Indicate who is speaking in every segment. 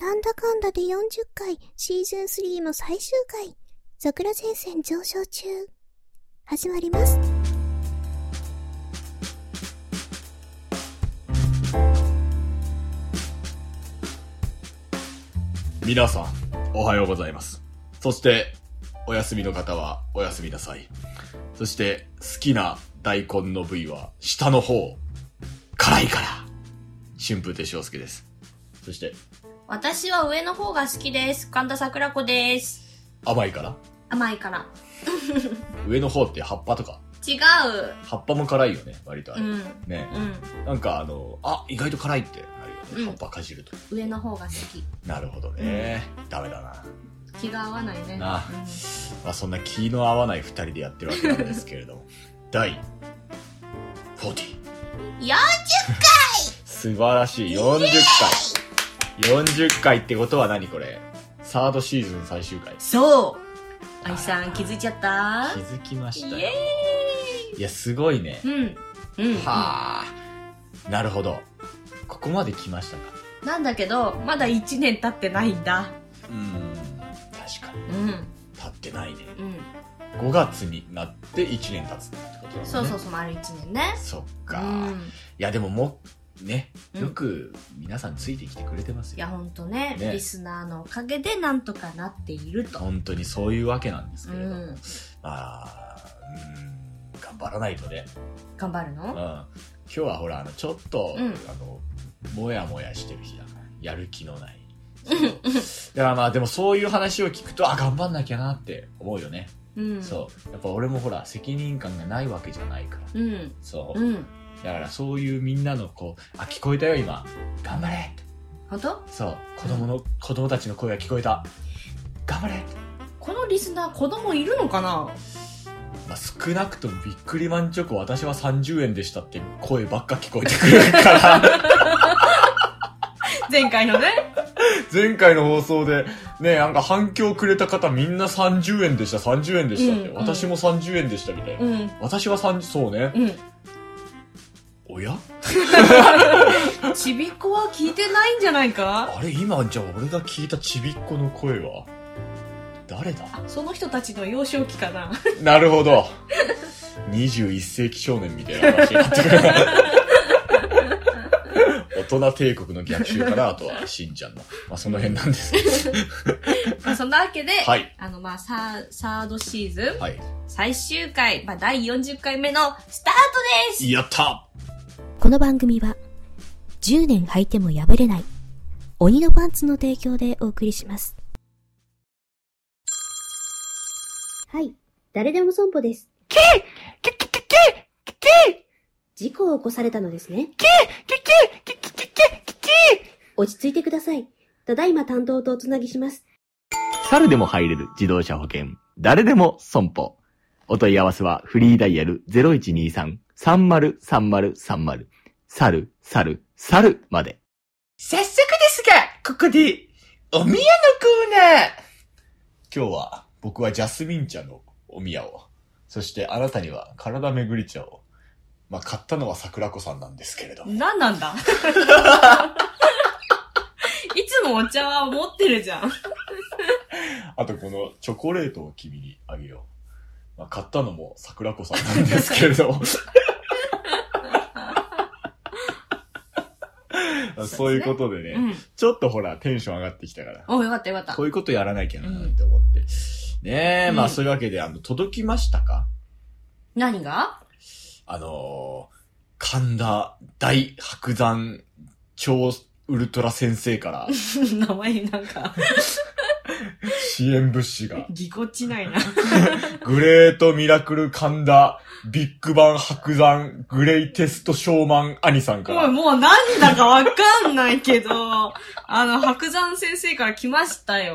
Speaker 1: なんだかんだで40回シーズン3も最終回。桜前線上昇中。始まります。
Speaker 2: 皆さん、おはようございます。そして、お休みの方はお休みなさい。そして、好きな大根の部位は下の方。辛いから。春風亭昇介です。そして、
Speaker 3: 私は上の方が好きです。神田桜子です。
Speaker 2: 甘いから。
Speaker 3: 甘いから。
Speaker 2: 上の方って葉っぱとか。
Speaker 3: 違う。
Speaker 2: 葉っぱも辛いよね、割とあ
Speaker 3: う
Speaker 2: れ。
Speaker 3: ん。
Speaker 2: ね。
Speaker 3: う
Speaker 2: なんかあの、あ、意外と辛いってあるよね。
Speaker 3: う
Speaker 2: 葉
Speaker 3: ん
Speaker 2: っぱかじると。
Speaker 3: ん。上の方が好き。
Speaker 2: なるほどね。ダメだな。
Speaker 3: 気が合わないね。
Speaker 2: なあまあ、そんな気の合わない二人でやってるわけなんですけれど も第40
Speaker 3: うん、40
Speaker 2: 素晴らしい40回40回ってことは何これサードシーズン最終回
Speaker 3: そう愛さん気づいちゃった
Speaker 2: 気づきましたよ
Speaker 3: イエ
Speaker 2: いやすごいね
Speaker 3: うん。うん。
Speaker 2: はあなるほどここまで来ましたか
Speaker 3: なんだけど、まだ1年経ってないんだ。
Speaker 2: うん確かに
Speaker 3: うん。
Speaker 2: 経ってないね
Speaker 3: うん。
Speaker 2: 5月になって1年経つってことだもんね
Speaker 3: そうそうそう、丸1年ね。
Speaker 2: そっ
Speaker 3: う
Speaker 2: か、い
Speaker 3: ん。
Speaker 2: やでももうね
Speaker 3: うん
Speaker 2: よく皆さんついてきてくれてます
Speaker 3: い
Speaker 2: よ、
Speaker 3: や、ほんとね、
Speaker 2: ね
Speaker 3: リスナーのおかげでなんとかなっていると。
Speaker 2: 本当にそういうわけなんです
Speaker 3: う
Speaker 2: けれども、
Speaker 3: ん。
Speaker 2: まあうん頑張らないとね、
Speaker 3: 頑張る
Speaker 2: うん、
Speaker 3: の
Speaker 2: 今日はほらあのちょっと、
Speaker 3: うん
Speaker 2: あのもやもやしてる日だからやる気のないそういやまあでもそういう話を聞くとあ頑張んなきゃなって思うよね、
Speaker 3: うん。
Speaker 2: そうやっぱ俺もほら責任感がないわけじゃないから
Speaker 3: う。うん。
Speaker 2: そう、
Speaker 3: うん。
Speaker 2: だからそういうみんなのこうあ聞こえたよ今頑張れって
Speaker 3: ほんと
Speaker 2: そう子供の、子供たちの声が聞こえた頑張れって
Speaker 3: このリスナー子供いるのかな
Speaker 2: まあ、少なくともビックリマンチョコ私は30円でしたって声ばっか聞こえてくるから
Speaker 3: 前回のね
Speaker 2: 前回の放送でねなんか反響くれた方みんな30円でした30円でしたって、
Speaker 3: うんうん
Speaker 2: 私も30円でしたみたいな、
Speaker 3: うん
Speaker 2: 私は30そうね、
Speaker 3: う
Speaker 2: おや
Speaker 3: んちびっこは聞いてないんじゃないか
Speaker 2: あれ今じゃあ俺が聞いたちびっ子の声は誰だ
Speaker 3: その人たちの幼少期かな
Speaker 2: なるほど21世紀少年みたいな話になってくる大人帝国の逆襲からあとはしんちゃんの、まあ、その辺なんですけど
Speaker 3: まあそんなわけで、
Speaker 2: はい
Speaker 3: あのまあサーサードシーズン
Speaker 2: はい
Speaker 3: 最終回、まあ、第40回目のスタートです
Speaker 2: やった
Speaker 1: この番組は、10年履いても破れない、鬼のパンツの提供でお送りします。はい、誰でも損保です。事故を起こされたのですね。落ち着いてください。ただいま担当とおつなぎします。
Speaker 4: 猿でも入れる自動車保険。誰でも損保。お問い合わせはフリーダイヤル0123-303030。猿、猿、猿まで。
Speaker 2: 早速ですが、ここで、お宮のコーナー今日は、僕はジャスミン茶のお宮を、そしてあなたには体めぐり茶を、まあ、買ったのは桜子さんなんですけれど。
Speaker 3: 何なんだ いつもお茶は持ってるじゃん
Speaker 2: あとこのチョコレートを君にあげよう。まあ、買ったのも桜子さんなんですけれ ど。そういうことでね、
Speaker 3: うん
Speaker 2: ちょっとほら、テンション上がってきたから。
Speaker 3: およかったよかった
Speaker 2: こういうことやらなきゃなって思って。ねえ、ま
Speaker 3: う
Speaker 2: あ
Speaker 3: ん
Speaker 2: そういうわけで、あの、届きましたか
Speaker 3: 何が
Speaker 2: あのー神田大白山超ウルトラ先生から
Speaker 3: 名前になんか
Speaker 2: 支援物資が、
Speaker 3: ぎこちないな
Speaker 2: グレートミラクル神田ビッグバン白山グレイテストショーマン兄さんか
Speaker 3: もう、
Speaker 2: ら、
Speaker 3: もうなんだかわかんないけど、あの、白山先生から来ましたよ。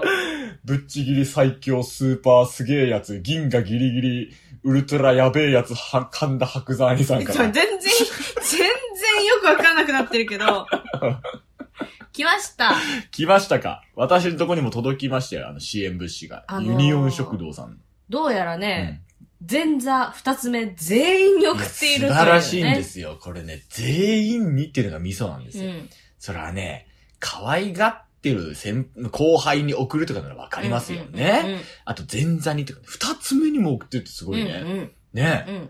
Speaker 2: ぶっちぎり最強スーパーすげえやつ、銀河ギリギリウルトラやべえやつは神田白山兄さんか
Speaker 3: それ全
Speaker 2: ら、
Speaker 3: 然、全然よくわかんなくなってるけど。来ました。
Speaker 2: 来ましたか私のとこにも届きましたよ、あの支援物資が。
Speaker 3: あのー
Speaker 2: ユニオン食堂さん。
Speaker 3: どうやら
Speaker 2: うん
Speaker 3: ね、前座二つ目全員に送っているという、ね。。
Speaker 2: 素晴らしいんですすよ。これね、全員にっていうのがミソなんです
Speaker 3: う
Speaker 2: よ。
Speaker 3: ん。
Speaker 2: それはね、可愛がっってる先後輩に送るとかならわかりますよね。あと前座にとか、二つ目にも送ってるってす
Speaker 3: うん。
Speaker 2: ご
Speaker 3: うん
Speaker 2: いね。
Speaker 3: うん
Speaker 2: ね、
Speaker 3: うん。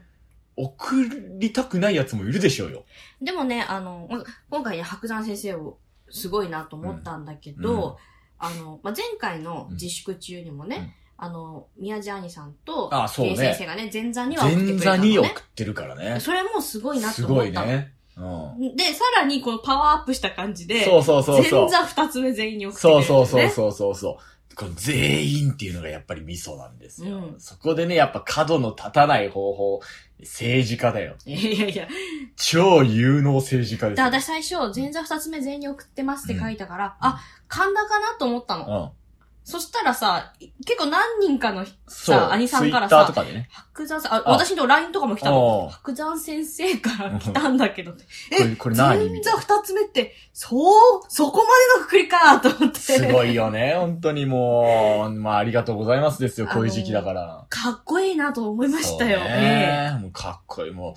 Speaker 2: 送りたくないやつもいるでしょうよ。
Speaker 3: でもね、あの、ま今回ね、白山先生をすごいなと思ったんだけ
Speaker 2: うんうん
Speaker 3: ど、あの、まあ、前回の自粛中にもね、あの、宮地兄さんと、
Speaker 2: あそうね
Speaker 3: ケイ先生がね、前座には送ってく
Speaker 2: 前
Speaker 3: れた
Speaker 2: 座
Speaker 3: の
Speaker 2: に送
Speaker 3: ね。
Speaker 2: ってるからね。
Speaker 3: それもすごいな
Speaker 2: す
Speaker 3: と思
Speaker 2: ご
Speaker 3: っ
Speaker 2: い
Speaker 3: たの。
Speaker 2: ね。うん。
Speaker 3: で、さらにこのパワーアップした感じで、
Speaker 2: そうそうそうそう。
Speaker 3: 前座二つ目全員に送ってくれ
Speaker 2: そ
Speaker 3: る、
Speaker 2: う
Speaker 3: ね。
Speaker 2: そうそうそうそうそう。この全員っていうのがやっぱりミソなんですよ。
Speaker 3: うん
Speaker 2: そこでね、やっぱ角の立たない方法、政治家だよ。
Speaker 3: いやいやいや。
Speaker 2: 超有能政治家です
Speaker 3: だ
Speaker 2: よ。
Speaker 3: 私最初、前座二つ目全員に送ってますって書いたから、あ、神田かなと思ったの。
Speaker 2: うん。
Speaker 3: そしたらさ、結構何人かの
Speaker 2: そう。
Speaker 3: さあ兄さんから
Speaker 2: ツイッタ
Speaker 3: さ
Speaker 2: ーとかでね。
Speaker 3: 白山さん、あ、
Speaker 2: あ
Speaker 3: 私の LINE とかも来た
Speaker 2: おう
Speaker 3: の。白山先生から来たんだけど。
Speaker 2: これ、これ何み
Speaker 3: 前
Speaker 2: た
Speaker 3: 座
Speaker 2: いな。
Speaker 3: 二つ目って、そう、そこまでのくくりかと思って。
Speaker 2: すご
Speaker 3: い。
Speaker 2: いよね。本当にもう、まあありがとうございますですよ。こういう時期だから。
Speaker 3: かっこいいなと思いましたよ。
Speaker 2: そう
Speaker 3: え
Speaker 2: ね。もうかっこいい。もう、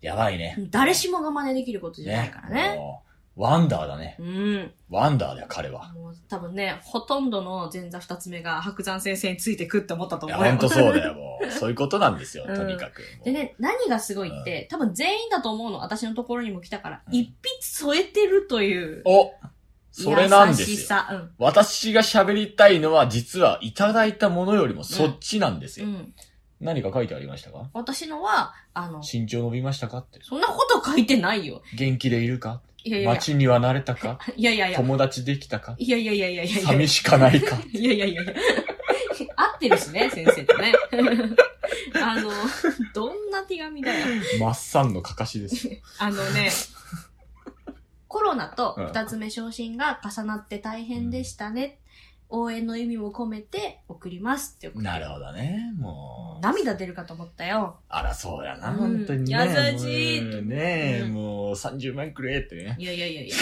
Speaker 2: やばいね。
Speaker 3: え誰しもが真似できることじゃないからね。
Speaker 2: もうワンダーだね。
Speaker 3: うん。
Speaker 2: ワンダーだよ、彼は。
Speaker 3: もう多分ね、ほとんどの前座二つ目が白山先生についてくって思ったと
Speaker 2: い
Speaker 3: 思
Speaker 2: や、
Speaker 3: うよ。
Speaker 2: ほんと そうだよ、もう。そういうことなんですよ、とにかく。
Speaker 3: でね、何がすごいって、多分全員だと思うの。私のところにも来たから、一筆添えてるという。
Speaker 2: おそれなんで
Speaker 3: 優し
Speaker 2: すよ。
Speaker 3: さ。うん。
Speaker 2: 私が喋りたいのは、実はいただいたものよりもそっちなんです
Speaker 3: う
Speaker 2: よ。
Speaker 3: ん。
Speaker 2: 何か書いてありましたか
Speaker 3: 私のは、あの、
Speaker 2: 身長伸びましたかって。
Speaker 3: そんなこと書いてないよ。
Speaker 2: 元気でいるか
Speaker 3: いやいやいや。
Speaker 2: 街には慣れたか
Speaker 3: いやいやいや。
Speaker 2: 友達できたか
Speaker 3: いやいやいやいやいや。
Speaker 2: 寂しかないか
Speaker 3: いやいやいやいや。合ってるしね、先生とね。 あの、どんな手紙だよ。
Speaker 2: マッサンのかかしですよ。
Speaker 3: あのね、コロナと二つ目昇進が重なって大変でしたね。応援の意味も込めて送りますって送っ て
Speaker 2: なるほどね、もう。
Speaker 3: 涙出るかと思ったよ。
Speaker 2: あら、そうやな、
Speaker 3: うん
Speaker 2: 本当にね。
Speaker 3: 優しい
Speaker 2: もうねえ、
Speaker 3: うん
Speaker 2: もう30万くれってね。
Speaker 3: いやいやいや いや。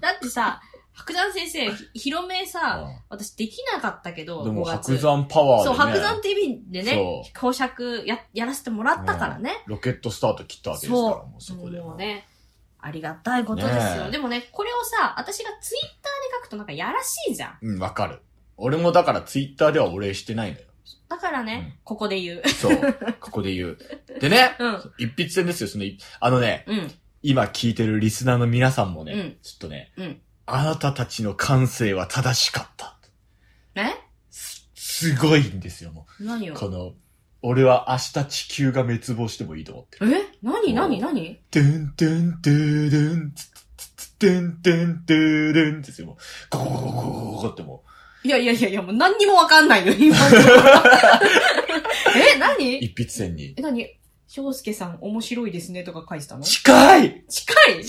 Speaker 3: だってさ、白山先生、ひ広めさ、私できなかったけど、
Speaker 2: でも、
Speaker 3: 5月
Speaker 2: 白山パワーで
Speaker 3: そ
Speaker 2: ね。
Speaker 3: う、白山 TV でね
Speaker 2: そ、
Speaker 3: 公爵や、やらせてもらったからね。
Speaker 2: ロケットスタート切ったわけですから、
Speaker 3: そ
Speaker 2: もう
Speaker 3: う。
Speaker 2: そこで。
Speaker 3: もうね、ありがたいことですよ。
Speaker 2: ねえ
Speaker 3: でもね、これをさ、私がツイッターで書くとなんかやらしいじゃん。
Speaker 2: うん、わかる。俺もだからツイッターではお礼してないの よ。
Speaker 3: だからね、ここで 言う。
Speaker 2: そう。ここで言う。でね、
Speaker 3: うん。
Speaker 2: 一筆線ですよ、その一、あのね、
Speaker 3: うん。
Speaker 2: 今聞いてるリスナーの皆さんもね、
Speaker 3: うん
Speaker 2: ちょっとね、
Speaker 3: うん
Speaker 2: あなたたちの感性は正しかった。
Speaker 3: ね
Speaker 2: す、すごいんですよ、も
Speaker 3: 何
Speaker 2: う。
Speaker 3: を
Speaker 2: この、俺は明日地球が滅亡してもいいと思ってる。
Speaker 3: え何何何
Speaker 2: ドゥンドゥンドゥドゥン、ツツツツドゥンドゥンドゥドゥンですよ、もう。ゴゴゴゴゴゴゴゴっても
Speaker 3: いやいやいやいや、もう何にもわかんないよ、 今の。え
Speaker 2: う、
Speaker 3: 何
Speaker 2: 一筆線に。
Speaker 3: え、何翔介さん面白いですねとか書いてたの
Speaker 2: 近い
Speaker 3: 近い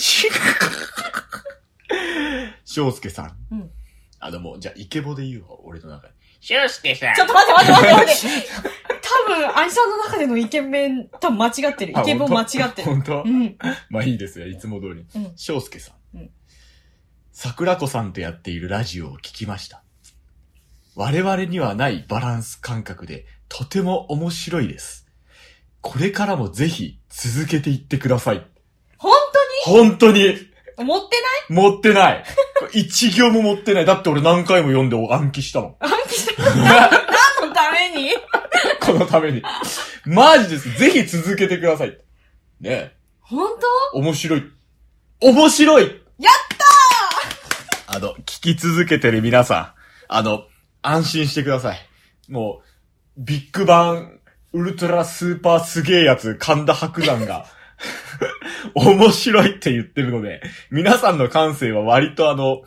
Speaker 2: 翔介さん。
Speaker 3: うん
Speaker 2: あ、でも、じゃあ、イケボで言うわ、俺の中に。
Speaker 3: ちょっと待って待って待って待って。多分、アイさんの中でのイケメン、多分間違ってる。イケボン間違ってる。
Speaker 2: 本当
Speaker 3: うん。
Speaker 2: まあいいですよ、いつも通り
Speaker 3: うん。
Speaker 2: 翔介さ
Speaker 3: うんん。
Speaker 2: 桜子さんとやっているラジオを聞きました。我々にはないバランス感覚で、とても面白いです。これからもぜひ続けていってください。
Speaker 3: 本
Speaker 2: 本当に
Speaker 3: 当に持って
Speaker 2: 持ってない一行も持ってない。だって俺何回も読んで暗記したもん。
Speaker 3: ない暗記した何のために
Speaker 2: このために。マジです。ぜひ続けてください。ねえ
Speaker 3: 本
Speaker 2: 面白い。面白いやったーあの、聞き続けてる皆さん、あの、安心してください。もう、ビッグバン、ウルトラスーパーすげえやつ、神田白山が、 面白いって言ってるので、皆さんの感性は割とあの、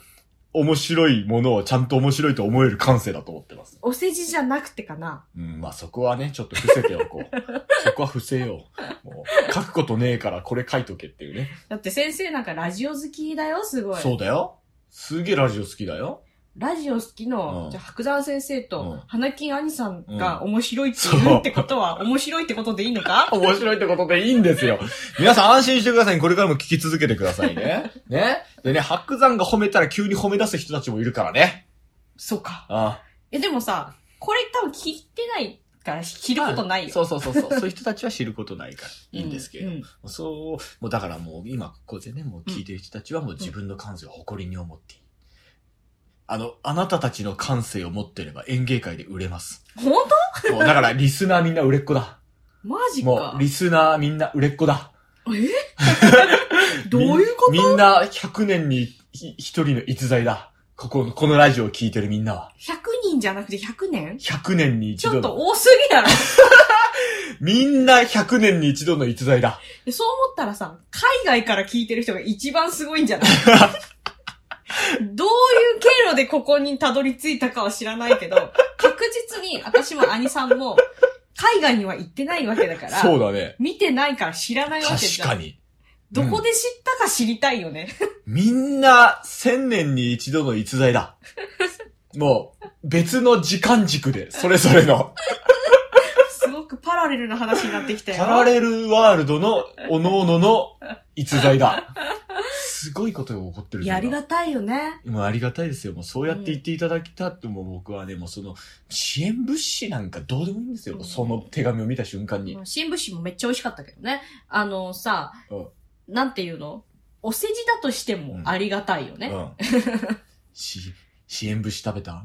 Speaker 2: 面白いものをちゃんと面白いと思える感性だと思ってます。
Speaker 3: 当お世辞じゃなくてかな。
Speaker 2: うん、まあそこはね、ちょっと伏せておこ う。そこは伏せよう。もう、書くことねえからこれ書いとけっていうね。
Speaker 3: だって先生なんかラジオ好きだよ、すごい。
Speaker 2: そうだよ。すげえラジオ好きだよ。
Speaker 3: ラジオ好きの、
Speaker 2: うん
Speaker 3: じゃあ白山先生
Speaker 2: う
Speaker 3: と
Speaker 2: ん、
Speaker 3: 花金兄さんが
Speaker 2: う
Speaker 3: 面白いって
Speaker 2: そ
Speaker 3: 言
Speaker 2: う
Speaker 3: うってことは、面白いってことでいいのか
Speaker 2: 面白いってことでいいんですよ。皆さん安心してください。これからも聞き続けてください ね。ね。でね、白山が褒めたら急に褒め出す人たちもいるからね。
Speaker 3: そうか。
Speaker 2: あ
Speaker 3: え、でもさ、これ多分聞いてないから、聞る
Speaker 2: あ。
Speaker 3: ことないよ。
Speaker 2: そうそうそうそう。そういう人たちは知ることないから、いいんですけれど
Speaker 3: う
Speaker 2: も。
Speaker 3: ん
Speaker 2: そう、もうだからもう今ここでね、もう聞いてる人たちはもう自分の感性を誇りに思っていい。あの、あなたたちの感性を持ってれば演芸界で売れます。
Speaker 3: 本
Speaker 2: もうだからリスナーみんな売れっ子だ。
Speaker 3: 当マジ
Speaker 2: も
Speaker 3: か
Speaker 2: う。リスナーみんな売れっ子だ。
Speaker 3: えどういうこと
Speaker 2: みんみんな100年にひ一人の逸材だ。ここ、このラジオを聞いてるみんなは。
Speaker 3: ?100 人じゃなくて100年
Speaker 2: 100年に一
Speaker 3: ち
Speaker 2: 度
Speaker 3: ょ
Speaker 2: の。
Speaker 3: っと多すぎやろ。
Speaker 2: みんな100年に一度の逸材だ。
Speaker 3: でそう思ったらさ、海外から聞いてる人が一番すごいん じゃないどういう経路でここにたどり着いたかは知らないけど、確実に私も兄さんも、海外には行ってないわけだから、
Speaker 2: そうだね。
Speaker 3: 見てないから知らないわけじ
Speaker 2: 確
Speaker 3: ゃん。
Speaker 2: かに。
Speaker 3: どこで知ったか知りたいよね。
Speaker 2: みんな1000年に一度の逸材だ。 もう、別の時間軸で、それぞれ の、
Speaker 3: すごくパラレルな話になってきたよ。
Speaker 2: パラレルワールドの、おのおのの逸材だ。すごいことが起こってる
Speaker 3: いや、ありがたいよね。
Speaker 2: もうありがたいですよ。もうそうやって言っていただきたって、もう僕はね、もうその、支援物資なんかどうでもいいんですよ。
Speaker 3: うん
Speaker 2: その手紙を見た瞬間に。
Speaker 3: 新聞紙もめっちゃ美味しかったけどね。あのさ、
Speaker 2: うん
Speaker 3: なんていうのお世辞だとしてもありがたいよね。
Speaker 2: うん。し、支援物資食べた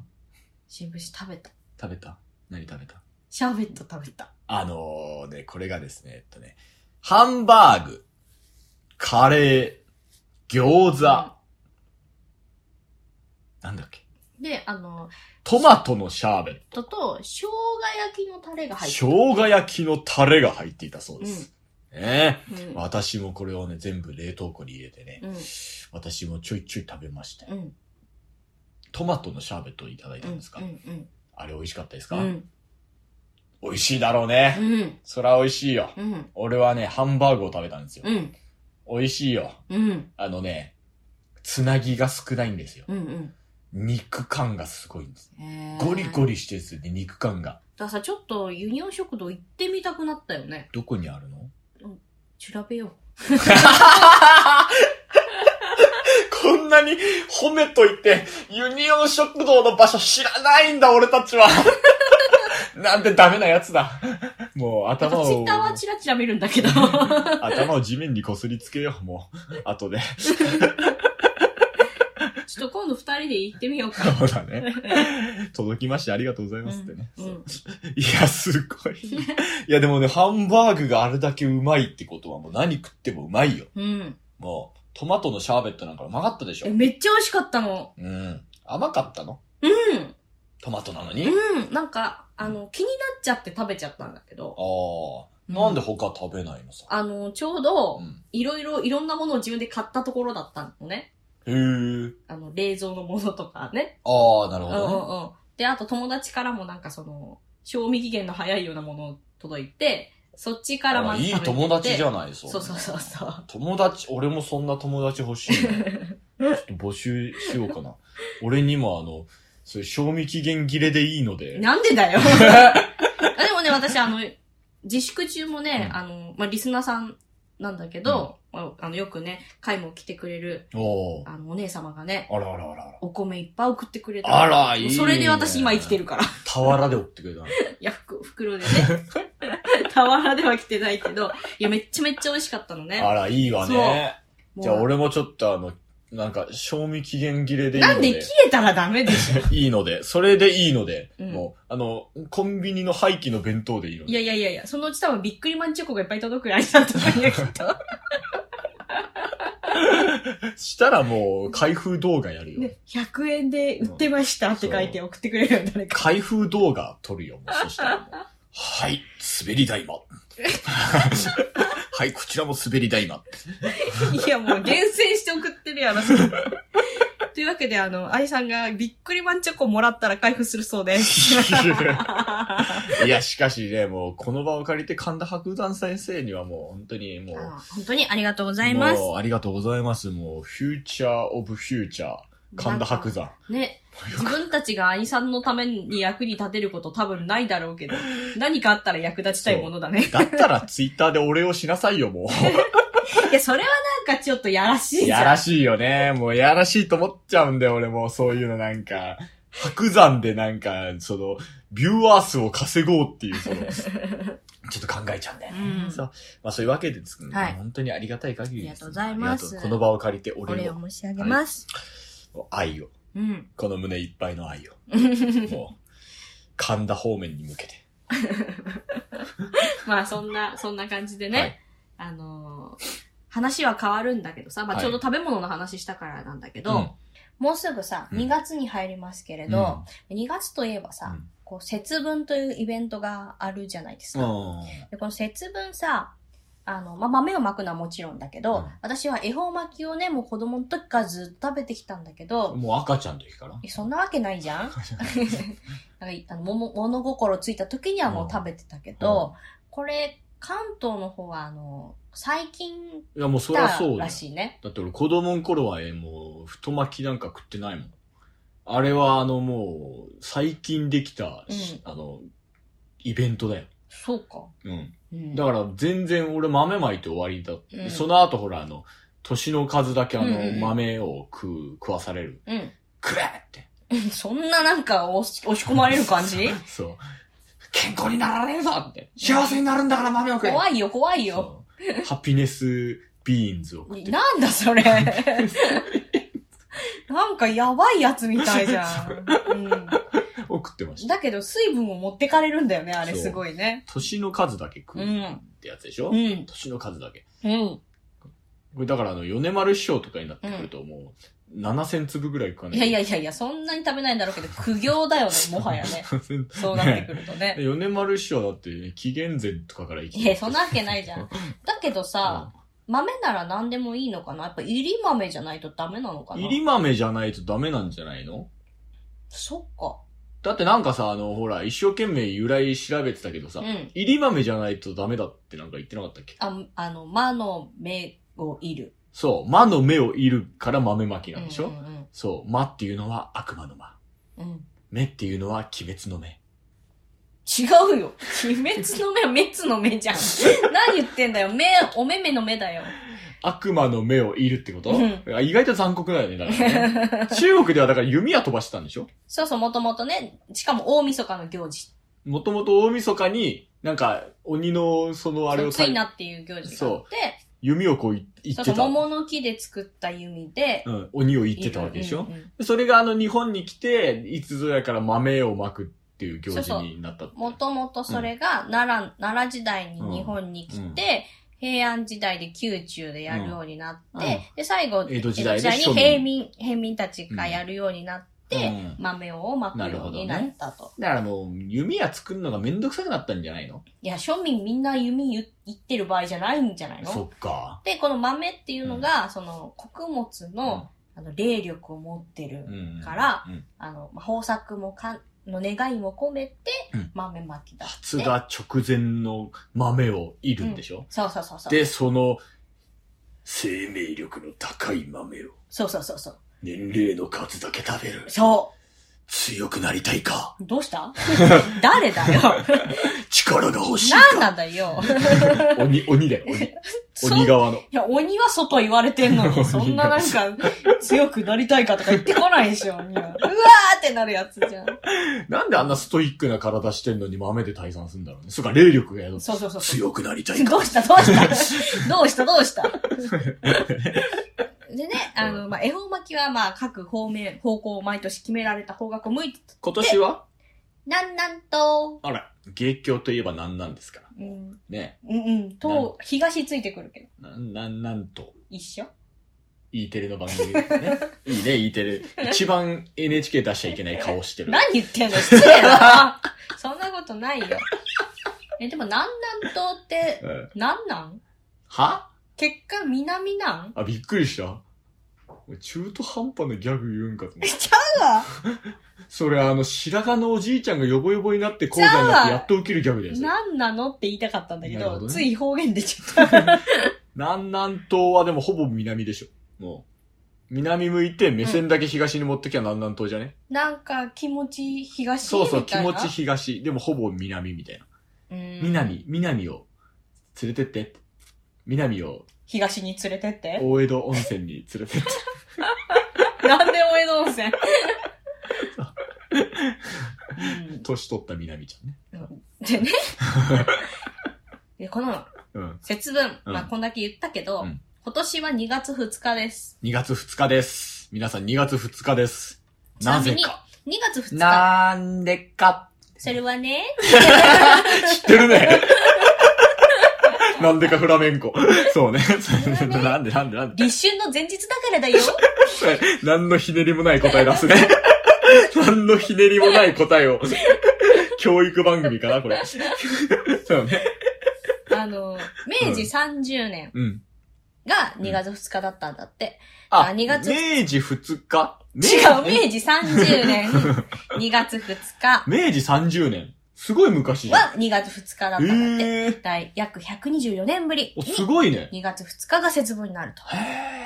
Speaker 3: 新聞紙食べた。
Speaker 2: 食べた何食べた
Speaker 3: シャーベット食べた。
Speaker 2: あのー、ね、これがですね、えっとね、ハンバーグ、カレー、餃子、なんだっけ、
Speaker 3: で、あの、
Speaker 2: トマトのシャーベット、
Speaker 3: とと、生姜焼きのタレが入ってる。
Speaker 2: 生姜焼きのタレが入っていたそうです。ね
Speaker 3: う
Speaker 2: え
Speaker 3: ん。
Speaker 2: 私もこれをね、全部冷凍庫に入れてね、
Speaker 3: うん。
Speaker 2: 私もちょいちょい食べましたよ
Speaker 3: うん。うん。
Speaker 2: トマトのシャーベットをいただいた
Speaker 3: うんん
Speaker 2: ですか、。
Speaker 3: うん。
Speaker 2: あれ美味しかったです
Speaker 3: う
Speaker 2: か、
Speaker 3: ん。
Speaker 2: 美味しいだろうね。
Speaker 3: うん。
Speaker 2: そら美味しいよ。
Speaker 3: うん。
Speaker 2: 俺はね、ハンバーグを食べたんですよ。
Speaker 3: うん。
Speaker 2: 美味しいよ。
Speaker 3: うん。
Speaker 2: あのね、つなぎが少ないんですよ。
Speaker 3: うん。
Speaker 2: 肉感がすごいんです。
Speaker 3: えー
Speaker 2: ゴリゴリしてるんですよね、肉感が。
Speaker 3: だからさ、ちょっと輸入食堂行ってみたくなったよね。
Speaker 2: どこにあるの
Speaker 3: 調べよう。
Speaker 2: こんなに褒めといて、ユニオン食堂の場所知らないんだ、俺たち は。なんてダメなやつだ。もう
Speaker 3: なん
Speaker 2: 頭
Speaker 3: かツイッ
Speaker 2: を
Speaker 3: タ、ーはチラチラ見るん だけど。
Speaker 2: 頭を地面にこすりつけよう、も う。後で。
Speaker 3: ちょっと今度二人で行ってみよう か。
Speaker 2: そうだね。届きましてありがとうございますってね。
Speaker 3: うん。うん
Speaker 2: いや、すご い。いや、でもね、ハンバーグがあれだけうまいってことはもう何食ってもうまいよ。
Speaker 3: うん。
Speaker 2: もう、トマトのシャーベットなんかうまかったでしょ
Speaker 3: え。めっちゃ美味しかったの。
Speaker 2: うん。甘かったの
Speaker 3: うん。
Speaker 2: トマトなのに。あ
Speaker 3: うん。なんか、あの、気になっちゃって食べちゃったんだけど。
Speaker 2: あ、なんで他食べないのさ。
Speaker 3: あの、ちょうど
Speaker 2: う、ん。
Speaker 3: いろいろ、いろんなものを自分で買ったところだったのね。
Speaker 2: へえ。
Speaker 3: あの、冷蔵のものとかね。
Speaker 2: ああ、なる
Speaker 3: う
Speaker 2: ほ
Speaker 3: んう
Speaker 2: どね。
Speaker 3: んうん。で、あと友達からもなんかその、賞味期限の早いようなもの届いて、そっちから
Speaker 2: あ
Speaker 3: ま
Speaker 2: あ
Speaker 3: ず食
Speaker 2: い
Speaker 3: べ
Speaker 2: い
Speaker 3: てて
Speaker 2: 友達じゃない、そ
Speaker 3: そうそうそうそう。
Speaker 2: 友達、俺もそんな友達欲しいな。 ちょっと募集しようかな。俺にもあの、そういう賞味期限切れでいいので。
Speaker 3: なんで だよ。あでもね、私、あの、自粛中もね、
Speaker 2: うん
Speaker 3: あの、まあ、リスナーさんなんだけど、まああの、よくね、会も来てくれる、
Speaker 2: おお。
Speaker 3: あの、お姉様がね、
Speaker 2: あらあらあらあら。
Speaker 3: お米いっぱい送ってくれた。
Speaker 2: あら、いい、ね。
Speaker 3: それで私今生きて
Speaker 2: る。
Speaker 3: るから。い
Speaker 2: 俵で送ってくれたの。
Speaker 3: や、ふく袋でね。 俵では来てないけど、いや、めっちゃめっちゃ美味しかったの ね。
Speaker 2: あら、いいわね。
Speaker 3: もう
Speaker 2: じゃあ俺もちょっとあの、なんか、賞味期限切れでいい
Speaker 3: なん
Speaker 2: の
Speaker 3: で
Speaker 2: で
Speaker 3: 消。えたらダメでしょ。
Speaker 2: いいので、それでいいので、
Speaker 3: うん
Speaker 2: もう、あの、コンビニの廃棄の弁当でいいの
Speaker 3: い
Speaker 2: で。
Speaker 3: やいやいやいや、そのうち多分ビックリマンチョコがいっぱい届くようになったと思うんだ けど。
Speaker 2: したらもう、開封動画やるよ。
Speaker 3: ね、100円で売ってましたって書いて送ってくれるよ、誰か。
Speaker 2: 開封動画撮るよ、もうそしたらもう。はい、滑り台も。はい、こちらも滑り台 も。
Speaker 3: いや、もう厳選して送ってるやろ、 それというわけで、あの、愛さんがビックリマンチョコもらったら開封するそう です。
Speaker 2: いや、しかしね、もう、この場を借りて神田白山先生にはもう、本当にもう、
Speaker 3: あ本当にありがとうございます。
Speaker 2: もう、ありがとうございます。もう、フューチャーオブフューチャー、神田白山。
Speaker 3: ね、自分たちが愛さんのために役に立てること多分ないだろうけど、何かあったら役立ちたいものだね。
Speaker 2: だったら、ツイッターでお礼をしなさいよ、も
Speaker 3: いや、それはなんかちょっとやらし
Speaker 2: う。
Speaker 3: いじゃん。
Speaker 2: やらしいよね。もう、やらしいと思っちゃうんだよ、俺も。そういうのなんか、白山でなんか、その、ビューアー数を稼ごうっていう、そ の、ちょっと考えちゃうんだよね。
Speaker 3: うん
Speaker 2: そう。まあ、そういうわけですけど、
Speaker 3: はい
Speaker 2: 本当にありがたい限りです
Speaker 3: ありがとうございます
Speaker 2: ありがとうこの場を借りてお
Speaker 3: お
Speaker 2: 礼
Speaker 3: 礼
Speaker 2: を、
Speaker 3: を申し上げます。
Speaker 2: 愛を、
Speaker 3: うん。
Speaker 2: この胸いっぱいの愛を。もう、神田方面に向けて。
Speaker 3: まあそんな、そんな感じでね、
Speaker 2: はい
Speaker 3: あのー話は変わるんだけどさ、まあ
Speaker 2: はい
Speaker 3: ちょうど食べ物の話したからなんだけど、
Speaker 2: うん
Speaker 3: もうすぐさ、
Speaker 2: うん
Speaker 3: 2月に入りますけれど、2月といえばさ、
Speaker 2: うん
Speaker 3: こう節分というイベントがあるじゃないですか。
Speaker 2: うん
Speaker 3: でこの節分さ、あの、まあ、豆をまくのはもちろんだけど、
Speaker 2: うん
Speaker 3: 私は恵方巻きをね、もう子供の時からずっと食べてきたんだけど、
Speaker 2: もう赤ちゃんの時から
Speaker 3: えそんなわけないじ ゃんなんかあのもも物心ついた時にはもう食べてたけど、これ、関東の方は、あの、最近
Speaker 2: いや、もうそ
Speaker 3: 来
Speaker 2: りゃ
Speaker 3: た
Speaker 2: そうだ
Speaker 3: ら
Speaker 2: よ。
Speaker 3: しいね。
Speaker 2: だって俺子供の頃はえ、もう、太巻きなんか食ってないもん。あれはあのもう、最近できた、しあの、イベントだよ。
Speaker 3: そうか。
Speaker 2: うん。
Speaker 3: うん
Speaker 2: だから全然俺豆まいて終わりだって、
Speaker 3: うん
Speaker 2: その後ほらあの、年の数だけあ
Speaker 3: うんうんう
Speaker 2: の
Speaker 3: ん
Speaker 2: 豆を食う、食わされる。
Speaker 3: うん。
Speaker 2: 食えって。
Speaker 3: そんななんか押し押し込まれる感じ
Speaker 2: そう。健康になられるぞって。幸せになるんだから豆を食え
Speaker 3: 怖いよ、怖いよ。
Speaker 2: そうハピネスビーンズを食ってる。
Speaker 3: なんだそ れ。なんかやばいやつみたいじゃん。うん、
Speaker 2: を食ってました。
Speaker 3: だけど水分を持ってかれるんだよね、あれすごいね。
Speaker 2: 年の数だけ食う
Speaker 3: うん
Speaker 2: ってやつでしょ、
Speaker 3: うん。
Speaker 2: 年の数だけ。
Speaker 3: うん。
Speaker 2: これだからあの、米丸師匠とかになってくるともう、7000粒ぐらい食わない
Speaker 3: いやいやいやいや、そんなに食べないんだろうけど、苦行だよね、もはやね。
Speaker 2: 7000
Speaker 3: そうなってくると
Speaker 2: で
Speaker 3: ね。
Speaker 2: 米丸師匠だって、ね、紀元前とかから生き
Speaker 3: い
Speaker 2: て
Speaker 3: や、そんなわけないじゃ ん。だけどさ、豆なら何でもいいのかなやっぱ、入り豆じゃないとダメなのか
Speaker 2: うん
Speaker 3: な
Speaker 2: 入り豆じゃないとダメなんじゃないの
Speaker 3: そっか。
Speaker 2: だってなんかさ、あの、ほら、一生懸命由来調べてたけどさ、
Speaker 3: うん。
Speaker 2: 入り豆じゃないとダメだってなんか言ってなかったっけ
Speaker 3: あ、あの、魔の目をいる。
Speaker 2: そう、魔の目をいるから豆まきなんでしょ、
Speaker 3: うんうん
Speaker 2: そう、魔っていうのは悪魔の魔。
Speaker 3: うんうん
Speaker 2: 目っていうのは鬼滅の目。
Speaker 3: 違うよ。鬼滅の目は滅の目じ ゃん。何言ってんだよ。目、お目目の目だよ。
Speaker 2: 悪魔の目をいるってこと、
Speaker 3: う
Speaker 2: 意外と残酷だよね、だからね。中国ではだから弓矢飛ばしてたんでしょ
Speaker 3: そうそう、もともとね、しかも大晦日の行事。
Speaker 2: もともと大晦日に、なんか、鬼の、そのあれを
Speaker 3: ついなっていう行事があって、
Speaker 2: 弓をこうい言っ
Speaker 3: そう
Speaker 2: て
Speaker 3: そ
Speaker 2: た。
Speaker 3: う、桃の木で作った弓で、
Speaker 2: うん、鬼を言ってたわけでしょ、
Speaker 3: うんうんうん
Speaker 2: それがあの日本に来て、いつぞやから豆をまくっていう行事になったって。
Speaker 3: もともとそれが奈良、奈良時代に日本に来て、平安時代で宮中でやるようになって、
Speaker 2: うん
Speaker 3: で、最後、
Speaker 2: 江戸時代で
Speaker 3: 江戸に平民、平民たちがやるようになって、
Speaker 2: うん
Speaker 3: 豆をまくようになったと。
Speaker 2: だからもう、弓矢作るのがめんどくさくなったんじゃないの
Speaker 3: いや、庶民みんな弓言ってる場合じゃないんじゃないの
Speaker 2: そっか。
Speaker 3: で、この豆っていうのが、その、穀物の、あの、霊力を持ってる、
Speaker 2: うん
Speaker 3: から、
Speaker 2: うん
Speaker 3: あの、まあ豊作もかん、の願いも込めて
Speaker 2: うん、
Speaker 3: 豆まきだって。
Speaker 2: 発芽直前の豆をいるんでしょ、
Speaker 3: そうそうそうそう。
Speaker 2: で、その、生命力の高い豆を、
Speaker 3: そうそうそうそう。
Speaker 2: 年齢の数だけ食べる。
Speaker 3: そ
Speaker 2: 強くなりたいか
Speaker 3: う。どうした 誰だよ。
Speaker 2: 力が欲しい
Speaker 3: 何
Speaker 2: か
Speaker 3: なんだよ。
Speaker 2: 鬼、鬼だよ、鬼。
Speaker 3: そ
Speaker 2: 鬼
Speaker 3: い
Speaker 2: 側の。
Speaker 3: や、鬼は外言われてんのに、そんななんか、強くなりたいかとか言ってこないでしょ、鬼はうわーってなるやつじゃん。
Speaker 2: なんであんなストイックな体してんのに豆で退散するんだろうね。そっか、霊力が宿って
Speaker 3: そうそうそうそう。
Speaker 2: 強くなりたいか。
Speaker 3: どうしたどう したどうしたどうしたでね、あの、まあ、恵方巻きはまあ、各方面、方向を毎年決められた方角を向いて、
Speaker 2: 今年は
Speaker 3: なんなんと、
Speaker 2: あら、芸協といえばなんなんですから。
Speaker 3: うん、
Speaker 2: ね
Speaker 3: うん、うん、と、東ついてくるけど、
Speaker 2: なん、なん、なんと。
Speaker 3: 一緒
Speaker 2: E テレの番組です ね。いいね、E テレ。一番 NHK 出しちゃいけない顔してる。
Speaker 3: 何言ってんの失 礼だなそんなことないよ。え、でも、なんなんとって、
Speaker 2: うん
Speaker 3: なんなん
Speaker 2: は
Speaker 3: 結果、南なん
Speaker 2: あ、びっくりした。俺中途半端なギャグ言うんかと思っ
Speaker 3: ちゃうわ
Speaker 2: た。それあの、白髪のおじいちゃんがヨボヨボになって講座になってやっと受けるギャグだよ、それ
Speaker 3: なんなのって言いたかったんだけ
Speaker 2: なる
Speaker 3: ど、
Speaker 2: ほどね
Speaker 3: つい方言出ちゃった。
Speaker 2: 南南東はでもほぼ南でしょ。もう。南向いて目線だけ東に持ってきゃ南南東じゃね、
Speaker 3: なんか、気持ち東
Speaker 2: そうそう、
Speaker 3: み
Speaker 2: 気
Speaker 3: たいな。
Speaker 2: 持ち東。でもほぼ南みたいな。
Speaker 3: うん
Speaker 2: 南、南を連れてって。南を
Speaker 3: 東に連れてって。
Speaker 2: 大江戸温泉に連れてって。
Speaker 3: なんで大江戸温泉
Speaker 2: 年取った南ちゃんね。
Speaker 3: うんでね。 でこの
Speaker 2: うん。
Speaker 3: 節分、
Speaker 2: うん
Speaker 3: まあこんだけ言ったけど、
Speaker 2: うん
Speaker 3: 今年は2月2日です。
Speaker 2: 2月2日です。皆さん2月2日です。
Speaker 3: ちな
Speaker 2: な
Speaker 3: み
Speaker 2: ぜ
Speaker 3: に
Speaker 2: か。
Speaker 3: 2月2日。
Speaker 4: なんでか。
Speaker 3: それはね、
Speaker 2: 知ってるね。なんでかフラメンコ。そうね。なんでなんでなんで。
Speaker 3: 立春の前日だから だよ。
Speaker 2: 何のひねりもない答え出すね。何のひねりもない答えを。教育番組かな、これ。そうね。
Speaker 3: あの、明治30年
Speaker 2: うん。
Speaker 3: が2月2日だったんだって。
Speaker 2: あ、
Speaker 3: あ2月
Speaker 2: 明治2日
Speaker 3: 違う、
Speaker 2: 明
Speaker 3: 明治30年2月2日
Speaker 2: 明治30年。すごい昔じゃん。
Speaker 3: は2月2日だったんだって。
Speaker 2: ええー。
Speaker 3: 大約124年ぶり
Speaker 2: お、す
Speaker 3: に
Speaker 2: ごいね。
Speaker 3: 2月2日が節分になると。
Speaker 2: へ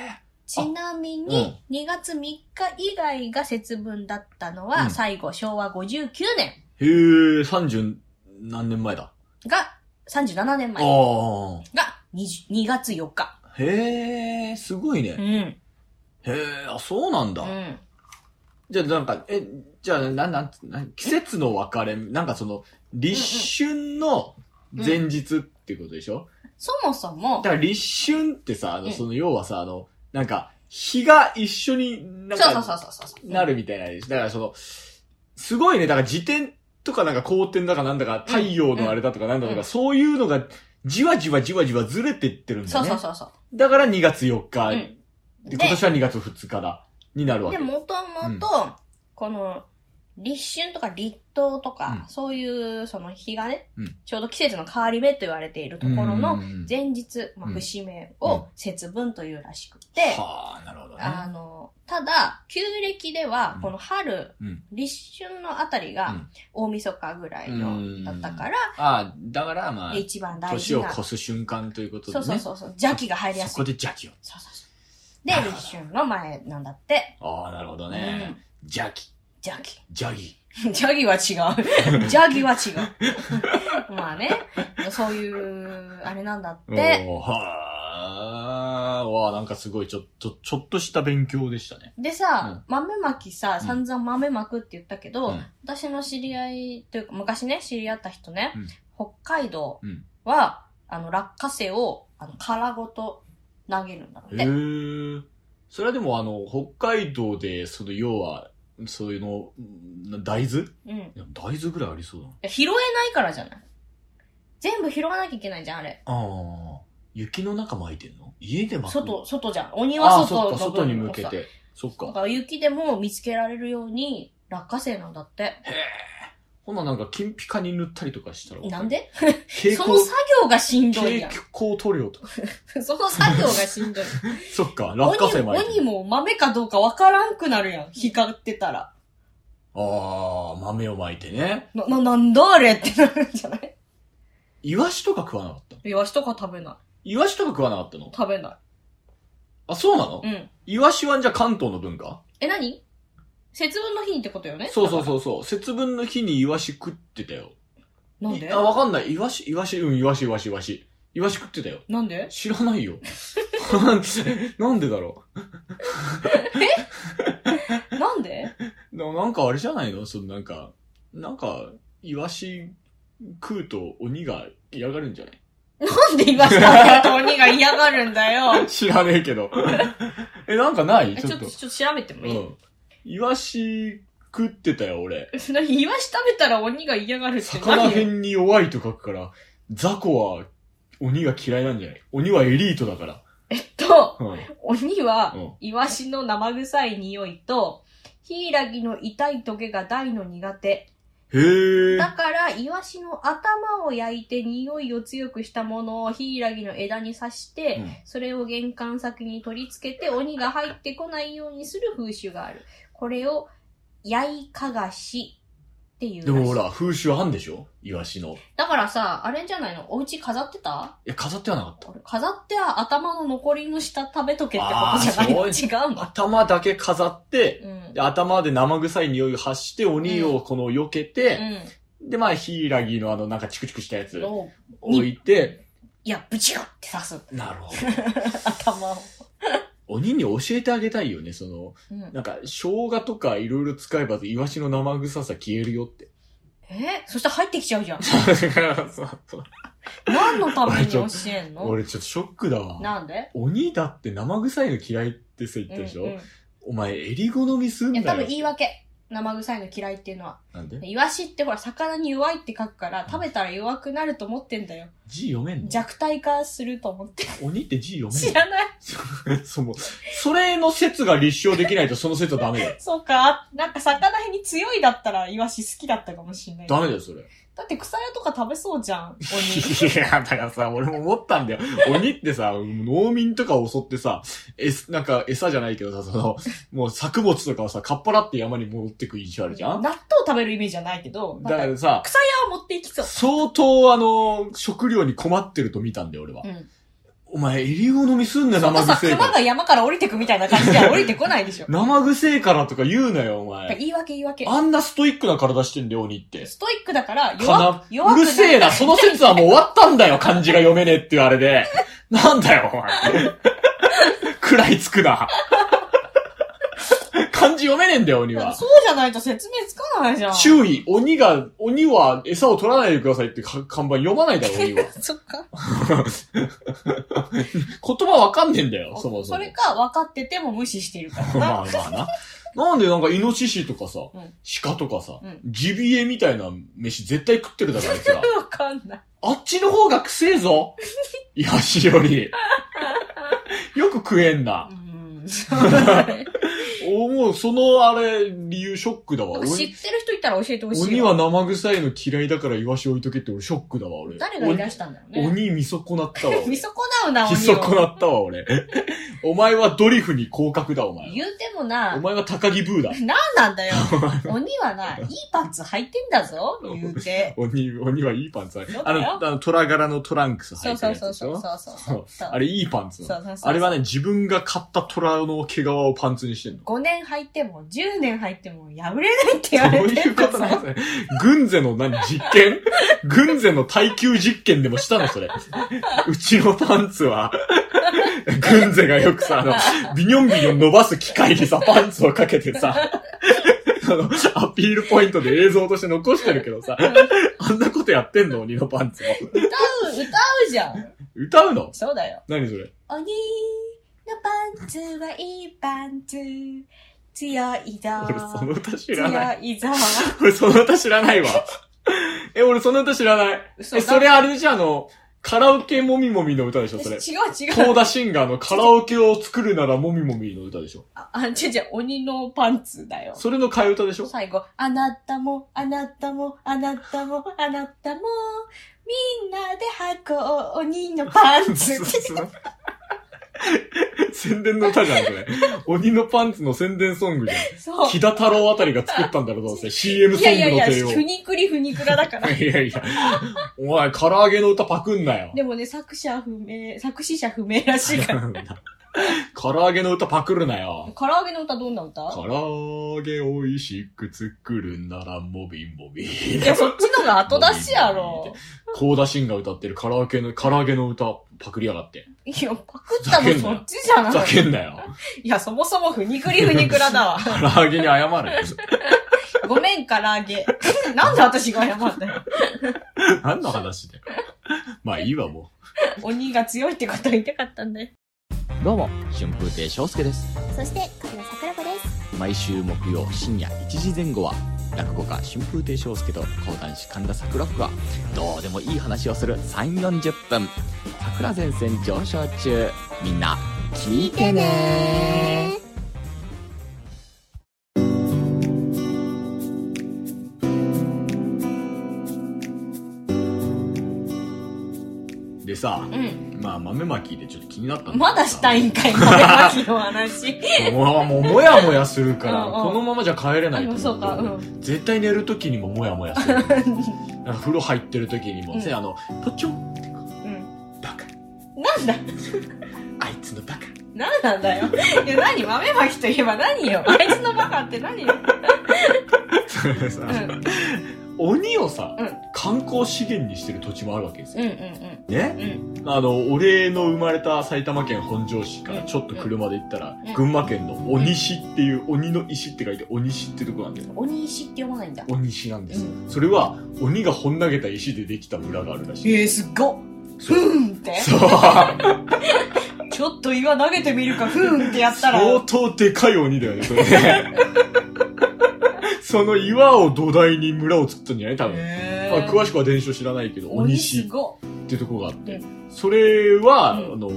Speaker 2: え。
Speaker 3: ちなみに、2月3日以外が節分だったの
Speaker 2: う
Speaker 3: は、
Speaker 2: ん
Speaker 3: 最後、昭和59年
Speaker 2: へえ、30何年前だ。
Speaker 3: が、37年
Speaker 2: あ
Speaker 3: 前が
Speaker 2: あ。
Speaker 3: 20 2月4日。
Speaker 2: へえ、すごいね。
Speaker 3: うん。
Speaker 2: へえ、あ、そうなんだ。
Speaker 3: うん。
Speaker 2: じゃあ、なんか、え、じゃあ、なん、なん、なん季節の分かれ、なんかその、立春の前日っていうことでしょ、
Speaker 3: そもそも
Speaker 2: だか、ら立春ってさ、あ
Speaker 3: う
Speaker 2: の、
Speaker 3: ん
Speaker 2: その、要はさ、あの、なんか、日が一緒になん
Speaker 3: そうそうそ
Speaker 2: か、
Speaker 3: うそうそう。
Speaker 2: なるみたいなです。だからその、すごいね、だから時点とかなんか光点だかなんだか、太陽のあれだとかなんだと
Speaker 3: うんう
Speaker 2: か、
Speaker 3: ん
Speaker 2: そういうのが、じわじわじわじわずれてってるんだ
Speaker 3: そ
Speaker 2: よ
Speaker 3: う
Speaker 2: ね。
Speaker 3: そうそうそう。
Speaker 2: だから2月4日、
Speaker 3: うん
Speaker 2: で今年は2月2日だ、になるわけ。
Speaker 3: で、もともと、この、立春とか立冬とか、
Speaker 2: うん
Speaker 3: そういう、その日がね、
Speaker 2: うん
Speaker 3: ちょうど季節の変わり目と言われているところ
Speaker 2: うん
Speaker 3: の
Speaker 2: うんうんうん
Speaker 3: 前日、まあ
Speaker 2: うん
Speaker 3: 節目
Speaker 2: うん
Speaker 3: を節分というらしくて、
Speaker 2: はあ、なるほどね。
Speaker 3: あの、ただ、旧暦では
Speaker 2: うん、
Speaker 3: この春、
Speaker 2: うん
Speaker 3: 立春のあたり
Speaker 2: う
Speaker 3: が
Speaker 2: ん、
Speaker 3: 大晦日ぐらいの、だったから、
Speaker 2: ああ、だからまあ、
Speaker 3: で一番大
Speaker 2: 年
Speaker 3: 事
Speaker 2: を
Speaker 3: な。
Speaker 2: 越す瞬間ということで
Speaker 3: そう
Speaker 2: ね。
Speaker 3: そうそうそう、邪気が入りや
Speaker 2: そ
Speaker 3: す
Speaker 2: こ
Speaker 3: い。
Speaker 2: で邪気を。
Speaker 3: そうそうそう。で、立春の前なんだって。
Speaker 2: ああ、なるほど
Speaker 3: う
Speaker 2: ね
Speaker 3: ん。
Speaker 2: 邪気、
Speaker 3: 邪気。
Speaker 2: 邪気。
Speaker 3: ジャギ は違う。ジャギは違う。 まあね、そういう、あれなんだって。
Speaker 2: おーはあ、わあ、なんかすごい、ちょっと、ちょっとした勉強でしたね。
Speaker 3: でさ、豆まきさ、
Speaker 2: うん
Speaker 3: 散々豆まくって言ったけど、
Speaker 2: うん
Speaker 3: 私の知り合い、というか昔ね、知り合った人ね、
Speaker 2: うん
Speaker 3: 北海道
Speaker 2: うん
Speaker 3: は、あの、落花生を、あの、殻ごと投げるんだっ
Speaker 2: へ
Speaker 3: て。
Speaker 2: え。それはでも、あの、北海道で、その、要は、そういうの、ん大豆
Speaker 3: うん。
Speaker 2: いや大豆ぐらいありそうだな。
Speaker 3: 拾えないからじゃない全部拾わなきゃいけないじゃん、あれ。
Speaker 2: ああ。雪の中巻いてんの家で巻く
Speaker 3: 外、外じゃん。お
Speaker 2: あ
Speaker 3: 庭
Speaker 2: あ、そ
Speaker 3: 外
Speaker 2: っ
Speaker 3: の
Speaker 2: か、
Speaker 3: 部分
Speaker 2: 外に向
Speaker 3: をさ
Speaker 2: けて。そっ
Speaker 3: だ
Speaker 2: か。
Speaker 3: から雪でも見つけられるように落花生なんだって。
Speaker 2: ほななんか、金ピカに塗ったりとかしたら。
Speaker 3: なんで
Speaker 2: 蛍
Speaker 3: その
Speaker 2: 光、
Speaker 3: 作業がしんどいや
Speaker 2: 蛍
Speaker 3: ん。
Speaker 2: 光塗料とか。
Speaker 3: その作業がしんどい。
Speaker 2: そっか、 落花生
Speaker 3: 鬼も
Speaker 2: 巻いて
Speaker 3: 鬼
Speaker 2: る。
Speaker 3: も豆かどうかわからんくなるやん。光ってたら。
Speaker 2: ああ、豆を巻いてね。
Speaker 3: な、な、なんだあれってなるんじゃない
Speaker 2: イワシとか食わなかったの
Speaker 3: イワシとか食べない。
Speaker 2: イワシとか食わなかったの
Speaker 3: 食べな
Speaker 2: あ、そうなの
Speaker 3: い。うん。
Speaker 2: イワシはじゃあ関東の文化
Speaker 3: え、何節分の日にってことよね
Speaker 2: そうそう
Speaker 3: う。
Speaker 2: そうそう。節分の日にイワシ食ってたよ。
Speaker 3: なんで
Speaker 2: いあ、わかんない。イワシ、イワシ、うん、イワシ、イワシ、イワシ。イワシ食ってたよ。
Speaker 3: なんで
Speaker 2: 知らないよ。 なんでだろ
Speaker 3: なんで
Speaker 2: う。ななんかあれじゃないのそのなんか、なんか、イワシ食うと鬼が嫌がるんじゃない
Speaker 3: なんでイワシ食べると鬼が嫌がるんだ よ。
Speaker 2: 知らねえけ ど。え、なんかない
Speaker 3: え、
Speaker 2: ち
Speaker 3: ち
Speaker 2: ょっ
Speaker 3: ょっ
Speaker 2: と
Speaker 3: と、。ちょっと調べても
Speaker 2: う
Speaker 3: いい
Speaker 2: ん。イワシ食ってたよ、俺。
Speaker 3: 何イワシ食べたら鬼が嫌がるって
Speaker 2: 魚
Speaker 3: 何よ
Speaker 2: 編に弱いと書くから、雑魚は鬼が嫌いなんじゃない鬼はエリートだから。
Speaker 3: と、
Speaker 2: うん。
Speaker 3: 鬼は
Speaker 2: うん、
Speaker 3: イワシの生臭い匂いと、ヒイラギの痛いトゲが大の苦手。
Speaker 2: へえ。
Speaker 3: だから、イワシの頭を焼いて匂いを強くしたものをヒイラギの枝に刺して、
Speaker 2: うん
Speaker 3: それを玄関先に取り付けて鬼が入ってこないようにする風習がある。これを、焼いかがしっていうらしい。
Speaker 2: でもほら、風習あんでしょイワシの。い
Speaker 3: だからさ、あれじゃないのお家飾ってた
Speaker 2: や、飾ってはなかった。
Speaker 3: 飾っては頭の残りの下食べとけってことじゃないの
Speaker 2: あー
Speaker 3: 違うの
Speaker 2: 頭だけ飾って、
Speaker 3: うん。
Speaker 2: で頭で生臭い匂いを発して、鬼をこの避け
Speaker 3: う
Speaker 2: て、
Speaker 3: ん。
Speaker 2: で、まあ、ヒイラギのあの、なんかチクチクしたやつ
Speaker 3: どう
Speaker 2: 置いて、
Speaker 3: いや、ブチュって刺す。
Speaker 2: なるほ
Speaker 3: 頭を。
Speaker 2: ど。鬼に教えてあげたいよね、その、なんか、生姜とかいろいろ使えば、イワシの生臭さ消えるよっ て。
Speaker 3: えそしたら入ってきちゃうじゃん。
Speaker 2: そうそう
Speaker 3: 何のために教 えんの
Speaker 2: 俺ちょっとショックだわ。
Speaker 3: なんで
Speaker 2: 鬼だって生臭いの嫌いってさ言ったでしょ、
Speaker 3: うんうん
Speaker 2: お前、エリ好みすん
Speaker 3: い
Speaker 2: な
Speaker 3: や、
Speaker 2: よ。
Speaker 3: 多分言い訳。生臭いの嫌いっていうのは。
Speaker 2: なんで
Speaker 3: イワシってほら、魚に弱いって書くから、食べたら弱くなると思ってんだよ。
Speaker 2: 字読めんの
Speaker 3: 弱体化すると思って。
Speaker 2: 鬼って字読め
Speaker 3: 知
Speaker 2: んの
Speaker 3: らない。
Speaker 2: その、それの説が立証できないとその説はダメだよ。
Speaker 3: そうか。なんか魚へに強いだったら、イワシ好きだったかもしれない。
Speaker 2: ダメだよ、それ。
Speaker 3: だって草屋とか食べそうじゃん、鬼。
Speaker 2: いや、だからさ、俺も思ったんだよ。鬼ってさ、農民とかを襲ってさ、え、なんか餌じゃないけどさ、その、もう作物とかをさ、かっぱらって山に戻ってく印 象あるじゃ
Speaker 3: 納
Speaker 2: ん
Speaker 3: 豆食べるイメージじゃないけど、
Speaker 2: だか
Speaker 3: なん
Speaker 2: ら
Speaker 3: か
Speaker 2: さ、
Speaker 3: 草屋を持っていきそう。
Speaker 2: 相当あの、食料に困ってると見たんだよ、俺は。
Speaker 3: うん。
Speaker 2: お前、エリゴ飲みすんな、
Speaker 3: そんな
Speaker 2: 生
Speaker 3: さ、
Speaker 2: 臭いか
Speaker 3: 熊
Speaker 2: ら。
Speaker 3: が山から降りてくみたいな感じじゃ降りてこな いでしょ。
Speaker 2: 生臭いからとか言うなよ、お
Speaker 3: やっぱ
Speaker 2: 前。
Speaker 3: 言い訳言い訳。
Speaker 2: あんなストイックな体してんだよ、鬼って。
Speaker 3: ストイックだか
Speaker 2: か
Speaker 3: ら
Speaker 2: な
Speaker 3: 弱、弱く
Speaker 2: うるせえな、その説はもう終わったんだよ、漢字が読めねえっていうあれで。 なんだよ、お前。 食らいつくな。漢字読めねえんだよ、鬼は。
Speaker 3: そうじゃないと説明つかないじゃん。
Speaker 2: 注意、鬼が、鬼は餌を取らないでくださいってか看板読まないだろ、鬼 は。
Speaker 3: そっか。
Speaker 2: 言葉わかんねえんだよ、そもそも。
Speaker 3: れか、分かってても無視してるから な。
Speaker 2: まあまあな。なんでなんかイノシシとかさ、
Speaker 3: うん
Speaker 2: 鹿とかさ
Speaker 3: うん、
Speaker 2: ジビエみたいな飯絶対食ってるだろ、あいつら。
Speaker 3: わかんない。
Speaker 2: あっちの方がくせえ ぞ。イワシよ り。よく食えんな
Speaker 3: う。ん。そうだね
Speaker 2: おもう、そのあれ、理由ショックだわ。
Speaker 3: 知
Speaker 2: 鬼
Speaker 3: ってる人いたら教えてほしいわ。
Speaker 2: 鬼は生臭いの嫌いだからイワシ置いとけって俺ショックだわ、俺。
Speaker 3: 誰が言い出したんだろう
Speaker 2: 鬼
Speaker 3: ね。
Speaker 2: 鬼見損なったわ。俺
Speaker 3: 見損なうな、鬼
Speaker 2: 見
Speaker 3: を。
Speaker 2: 損なったわ、俺。 お前はドリフに降格だ、お前は。
Speaker 3: 言うても
Speaker 2: お
Speaker 3: な、
Speaker 2: 前は高木ブーだ。
Speaker 3: なんなんだよ。鬼はな、いいパンツ履いてんだぞ、言うて。
Speaker 2: 鬼、鬼はいいパンツある
Speaker 3: そうだ
Speaker 2: あ
Speaker 3: よ
Speaker 2: の、あの、虎柄のトランクス
Speaker 3: そ
Speaker 2: 履
Speaker 3: う
Speaker 2: いてる
Speaker 3: そう
Speaker 2: やつ
Speaker 3: そう
Speaker 2: でし
Speaker 3: そう
Speaker 2: ょ
Speaker 3: そうそうそう。
Speaker 2: あれいいパンツなの
Speaker 3: そうそうそう
Speaker 2: あれはね、自分が買った虎の毛皮をパンツにしてんの。
Speaker 3: 5年履いても、10年履いても、破れないって言わ
Speaker 2: どう
Speaker 3: れて
Speaker 2: い
Speaker 3: る
Speaker 2: うことなん
Speaker 3: さ。
Speaker 2: ですね。軍勢の何実験軍勢の耐久実験でもしたのそれ。うちのパンツは、軍勢がよくさ、あの、ビニョンビニョン伸ばす機械にさ、パンツをかけてさ、あの、アピールポイントで映像として残してるけどさ、あんなことやってんの鬼のパンツも。
Speaker 3: 歌う、歌うじゃん。
Speaker 2: 歌うの
Speaker 3: そうだよ。
Speaker 2: 何それ
Speaker 3: 鬼のパンツはいいパンツ。強いぞ。
Speaker 2: 俺その歌知らない。
Speaker 3: 強いぞ。
Speaker 2: 俺その歌知らないわ。え、俺その歌知らない。え、それあれじゃあの、カラオケもみもみの歌でしょ、そ
Speaker 3: 違
Speaker 2: れ。
Speaker 3: う違
Speaker 2: コー
Speaker 3: う。
Speaker 2: ダシンガーのカラオケを作るならもみもみの歌でしょ。
Speaker 3: あ、あ違う違う、鬼のパンツだよ。
Speaker 2: それの替え歌でしょ
Speaker 3: 最後、あなたも、あなたも、あなたも、あなたも、みんなで履こう、鬼のパンツ。
Speaker 2: 宣伝の歌じゃん、それ。鬼のパンツの宣伝ソングじゃ
Speaker 3: そ
Speaker 2: ん。木田太郎あたりが作ったんだろ、どうせ。CM
Speaker 3: う。い
Speaker 2: ソ
Speaker 3: や
Speaker 2: ン
Speaker 3: いや
Speaker 2: グ
Speaker 3: い
Speaker 2: の
Speaker 3: や、
Speaker 2: 帝王。
Speaker 3: ふにくりふにくらだから。
Speaker 2: いやいや。お前、唐揚げの歌パクんなよ。
Speaker 3: でもね、作者不明、作詞者不明らしいから。
Speaker 2: 唐揚げの歌パクるなよ。
Speaker 3: 唐揚げの歌どんな歌
Speaker 2: 唐揚げ美味しく作るならもみもみ。
Speaker 3: いや、そっちのが後出し やろ。
Speaker 2: コーダシンが歌ってるカラオケの、唐揚げの歌パクりやがって。
Speaker 3: いや、パクったのそっちじゃな
Speaker 2: ふざけ
Speaker 3: い。
Speaker 2: んなよ。
Speaker 3: いや、そもそもふにくりふにくらだわ。
Speaker 2: 唐揚げに謝る。
Speaker 3: ごめん、唐揚げ。なんで私が謝ったよ。
Speaker 2: 何の話だよ。まあいいわ、も
Speaker 3: 鬼が強いってことは言いたかったんだよ。
Speaker 4: どうも、春風亭昇介です。
Speaker 1: そして、神田桜子です。
Speaker 4: 毎週木曜深夜1時前後は、落語家春風亭昇介と講談師神田桜子が、どうでもいい話をする3、40分。桜前線上昇中。みんな、聞いてね
Speaker 2: う。でさ、
Speaker 3: うん。
Speaker 2: まあ豆まきでちょっと気になったんだけどさ
Speaker 3: まだしたいんかい、これは昨日 話。
Speaker 2: もう、もうもやもやするから、
Speaker 3: うんうん
Speaker 2: このままじゃ帰れな
Speaker 3: あ
Speaker 2: いと
Speaker 3: の、
Speaker 2: 思
Speaker 3: そうか、うん。
Speaker 2: 絶対寝るときにももやもやする。なんか風呂入ってるときにも、
Speaker 3: うん
Speaker 2: せあの、ポチョン、
Speaker 3: うん。
Speaker 2: バカ、
Speaker 3: なんだ
Speaker 2: あいつのバカ。
Speaker 3: なんなんだよ。いや、何豆まきといえば何よ。あいつのバカって何よ。
Speaker 2: それさ、
Speaker 3: うん。
Speaker 2: 鬼をさ、
Speaker 3: うん
Speaker 2: 観光資源にしてる土地もあるわけです
Speaker 3: うんう
Speaker 2: よ。
Speaker 3: ん
Speaker 2: ね
Speaker 3: うん。うん。
Speaker 2: あの、俺の生まれた埼玉県本庄市からちょっと車で行ったら、
Speaker 3: うん
Speaker 2: 群馬県の鬼市っていう、鬼の石って書いて鬼市ってとこなんだよ。
Speaker 3: 鬼石って読まないんだ。
Speaker 2: 鬼市なんですよ。
Speaker 3: う
Speaker 2: それは、鬼がほん投げた石でできた村があるらしい。
Speaker 3: えー、すっごっ。
Speaker 2: そう。
Speaker 3: ふんって。
Speaker 2: そう。
Speaker 3: ちょっと岩投げてみるか、ふーんってやったら、
Speaker 2: 相当でかい鬼だよね、それ。 その岩を土台に村を作ったんじゃない多分。
Speaker 3: へ
Speaker 2: ま
Speaker 3: ー
Speaker 2: あ、詳しくは伝承知らないけど、鬼
Speaker 3: 鬼
Speaker 2: 師
Speaker 3: す
Speaker 2: っ
Speaker 3: ごい。
Speaker 2: ていうところがあって
Speaker 3: う、
Speaker 2: それは、
Speaker 3: うん
Speaker 2: あの、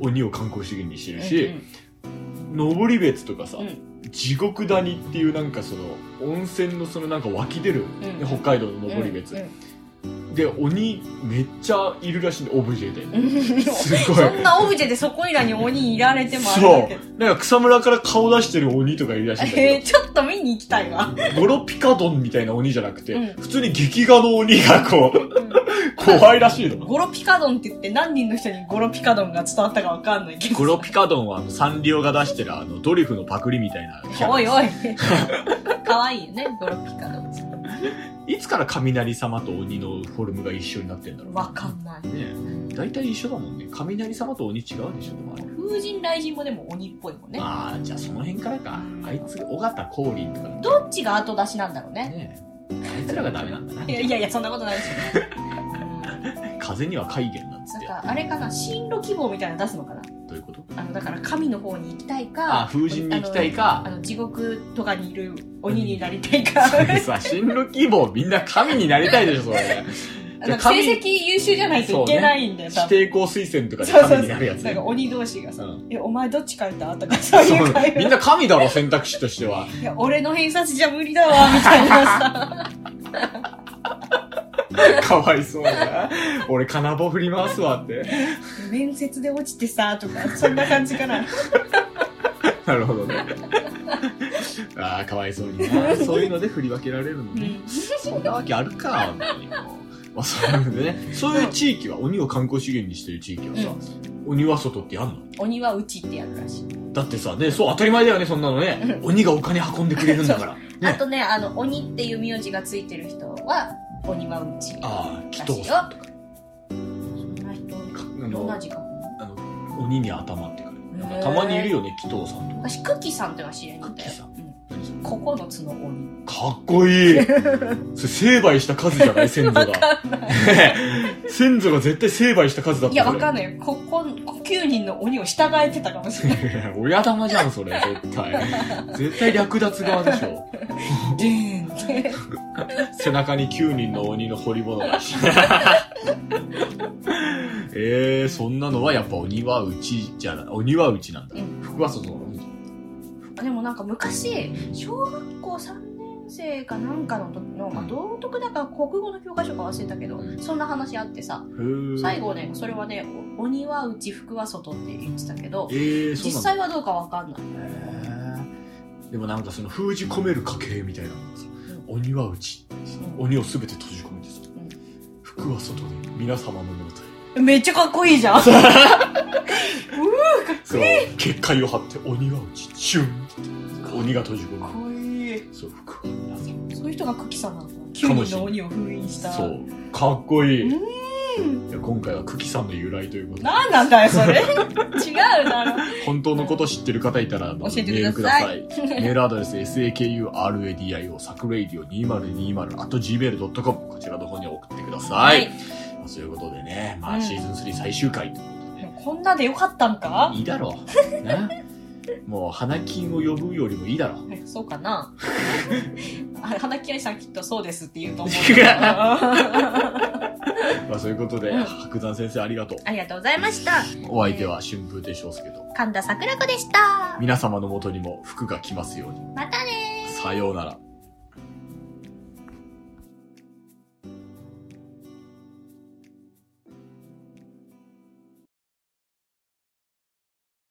Speaker 2: 鬼を観光資源にしてる
Speaker 3: うんう
Speaker 2: し、
Speaker 3: ん
Speaker 2: 登り別とかさ、
Speaker 3: うん
Speaker 2: 地獄谷っていうなんかその、温泉のそのなんか湧き出る、ね
Speaker 3: うん
Speaker 2: 北海道の登り別、で、鬼めっちゃいるらしいんで、オブジェで。
Speaker 3: うん
Speaker 2: すごい
Speaker 3: そ。んなオブジェでそこいらに鬼いられてもあれだ
Speaker 2: そ
Speaker 3: けど。
Speaker 2: う。なんか草むらから顔出してる鬼とかいるらしいんだ
Speaker 3: えー、
Speaker 2: け
Speaker 3: ちょっと見に行きたいわ。
Speaker 2: ど、ゴロピカドンみたいな鬼じゃなくて、
Speaker 3: うん
Speaker 2: 普通に劇画の鬼がこう、怖いらしいの。
Speaker 3: ゴロピカドンって言って何人の人にゴロピカドンが伝わったかわかんないけど。
Speaker 2: ゴロピカドンはあのサンリオが出してるあのドリフのパクリみたいなキャラ
Speaker 3: おいおい。かわいいよね、ゴロピカドン。
Speaker 2: いつから雷様と鬼のフォルムが一緒になってんだろ。
Speaker 3: わかんないう
Speaker 2: ねえ大体一緒だもんね雷様と鬼違うでしょでもあれ
Speaker 3: 風神雷神もでも鬼っぽいもんね。
Speaker 2: ああじゃあその辺からかあいつ尾形光琳とかね
Speaker 3: どっちが後出しなんだろうね。
Speaker 2: あいつらがダメなんだない
Speaker 3: やいやいや、そんなことないですよ。 うん
Speaker 2: 風には怪言なんつっ
Speaker 3: なん
Speaker 2: て
Speaker 3: か、あれかな、進路希望みたいなの出すのかな。
Speaker 2: どういうこと
Speaker 3: あの、だから神の方に行きたいか、
Speaker 2: ああ風神に行きたいか
Speaker 3: あの、地獄とかにいる鬼になりたいか。
Speaker 2: それ さ、進路希望みんな神になりたいでしょ、そ れ。
Speaker 3: あの成績優秀じゃないといけないんだよ、
Speaker 2: 指
Speaker 3: 多分。
Speaker 2: 定校推薦とかで
Speaker 3: そうそう
Speaker 2: 神になるやつ
Speaker 3: そう。な
Speaker 2: ね
Speaker 3: んか。鬼同士がさ、
Speaker 2: うん
Speaker 3: え、お前どっち書いたとかそう
Speaker 2: そ
Speaker 3: いう会
Speaker 2: うみん
Speaker 3: 話。
Speaker 2: な神だろ、選択肢としては。
Speaker 3: いや、俺の偏差値じゃ無理だわ、みたいなさ。
Speaker 2: かわいそうだな。俺、金棒振り回すわって。
Speaker 3: 面接で落ちてさ、とか、そんな感じかな。
Speaker 2: なるほどね。 ああ、かわいそうにな。そういうので振り分けられるの
Speaker 3: う
Speaker 2: ね。
Speaker 3: ん
Speaker 2: そんなわけあるか、本当にもうまあ、そうなんでね。そういう地域は、鬼を観光資源にしてる地域はさ、鬼は外ってやんの
Speaker 3: 鬼はうちってやるらしい。
Speaker 2: だってさ、ね、そう当たり前だよね、そんなのね。鬼がお金運んでくれるんだ から。
Speaker 3: あ
Speaker 2: ね。
Speaker 3: とね、あの、鬼っていう名字がついてる人は、鬼はうち。
Speaker 2: ああ、
Speaker 3: らし
Speaker 2: 祈
Speaker 3: い
Speaker 2: 祷
Speaker 3: よ
Speaker 2: さんとか。
Speaker 3: そんな人、
Speaker 2: あ
Speaker 3: どんな
Speaker 2: の、
Speaker 3: 字か。
Speaker 2: あの鬼に頭って書いてあるなん
Speaker 3: へ
Speaker 2: か
Speaker 3: ー
Speaker 2: たまにいるよね、祈祷さんとか。
Speaker 3: 私、クッキーさんってのは知り合いなんだ
Speaker 2: ク
Speaker 3: よ。
Speaker 2: ッキーさん
Speaker 3: う
Speaker 2: 何それ
Speaker 3: ん。9つの鬼。
Speaker 2: かっこいい。 それ成敗した数じゃない先祖が。 先祖が絶対成敗した数だった
Speaker 3: いや、わかん
Speaker 2: ない。
Speaker 3: ないよ。ここ、9人の鬼を従えてたかもしれない。
Speaker 2: 親玉じゃん、それ、絶対。絶対略奪側でしょ。
Speaker 3: でーんって。
Speaker 2: 背中に9人の鬼の彫り物だし。 えー、そんなのはやっぱ鬼はうちじゃない、鬼はうちなんだ
Speaker 3: う。ん
Speaker 2: 福は外の鬼。
Speaker 3: あでもなんか昔、小学校3年生かなんかの時の、まあ、道徳だから国語の教科書か忘れたけど、そんな話あってさ、
Speaker 2: へー
Speaker 3: 最後ね、それはね、お鬼は内、服は外って言ってたけど
Speaker 2: え、ー、そうなんだ
Speaker 3: 実際はどうかわかんな
Speaker 2: へ
Speaker 3: い。
Speaker 2: ーでもなんかその封じ込める家系みたいなのがさ、鬼はうち鬼を全て閉じ込めてさ、
Speaker 3: うん
Speaker 2: 服は外で皆様のもとへ
Speaker 3: うんめっちゃかっこいいじゃん。
Speaker 2: そう結界を張って鬼はうちシュン鬼が閉じ込める
Speaker 3: いい。
Speaker 2: そう服は皆様
Speaker 3: そういう人がクキさんなのかな
Speaker 2: かも
Speaker 3: ?9
Speaker 2: し
Speaker 3: 人
Speaker 2: れない
Speaker 3: の鬼を封印した。
Speaker 2: そうかっこいい
Speaker 3: うん
Speaker 2: いや今回は久喜さんの由来ということで
Speaker 3: なんなんだよ、それ。違うだろ。
Speaker 2: 本当のこと知ってる方いたらあの
Speaker 3: 教えて
Speaker 2: メール
Speaker 3: く
Speaker 2: く
Speaker 3: だ
Speaker 2: だ
Speaker 3: さ
Speaker 2: さ
Speaker 3: い
Speaker 2: い メールアドレス sakuradio サクレイディオ2020 at gmail.com こちらの方に送ってください、。まあ、そういうことでね、ま
Speaker 3: うん
Speaker 2: あ、シーズン3最終回ということで、
Speaker 3: こんなでよかったんか
Speaker 2: いいだろう。な。もう、花金を呼ぶよりもいいだろう。
Speaker 3: そうかな あ花木愛さんきっとそうですって言うと思う。
Speaker 2: まあ、そういうことで、
Speaker 3: うん
Speaker 2: 白山先生ありがとう。
Speaker 3: ありがとうございました。
Speaker 2: お相手は春風亭昇介と、
Speaker 3: 神田桜子でした。
Speaker 2: 皆様のもとにも服が来ますように。
Speaker 1: またねー
Speaker 2: さようなら。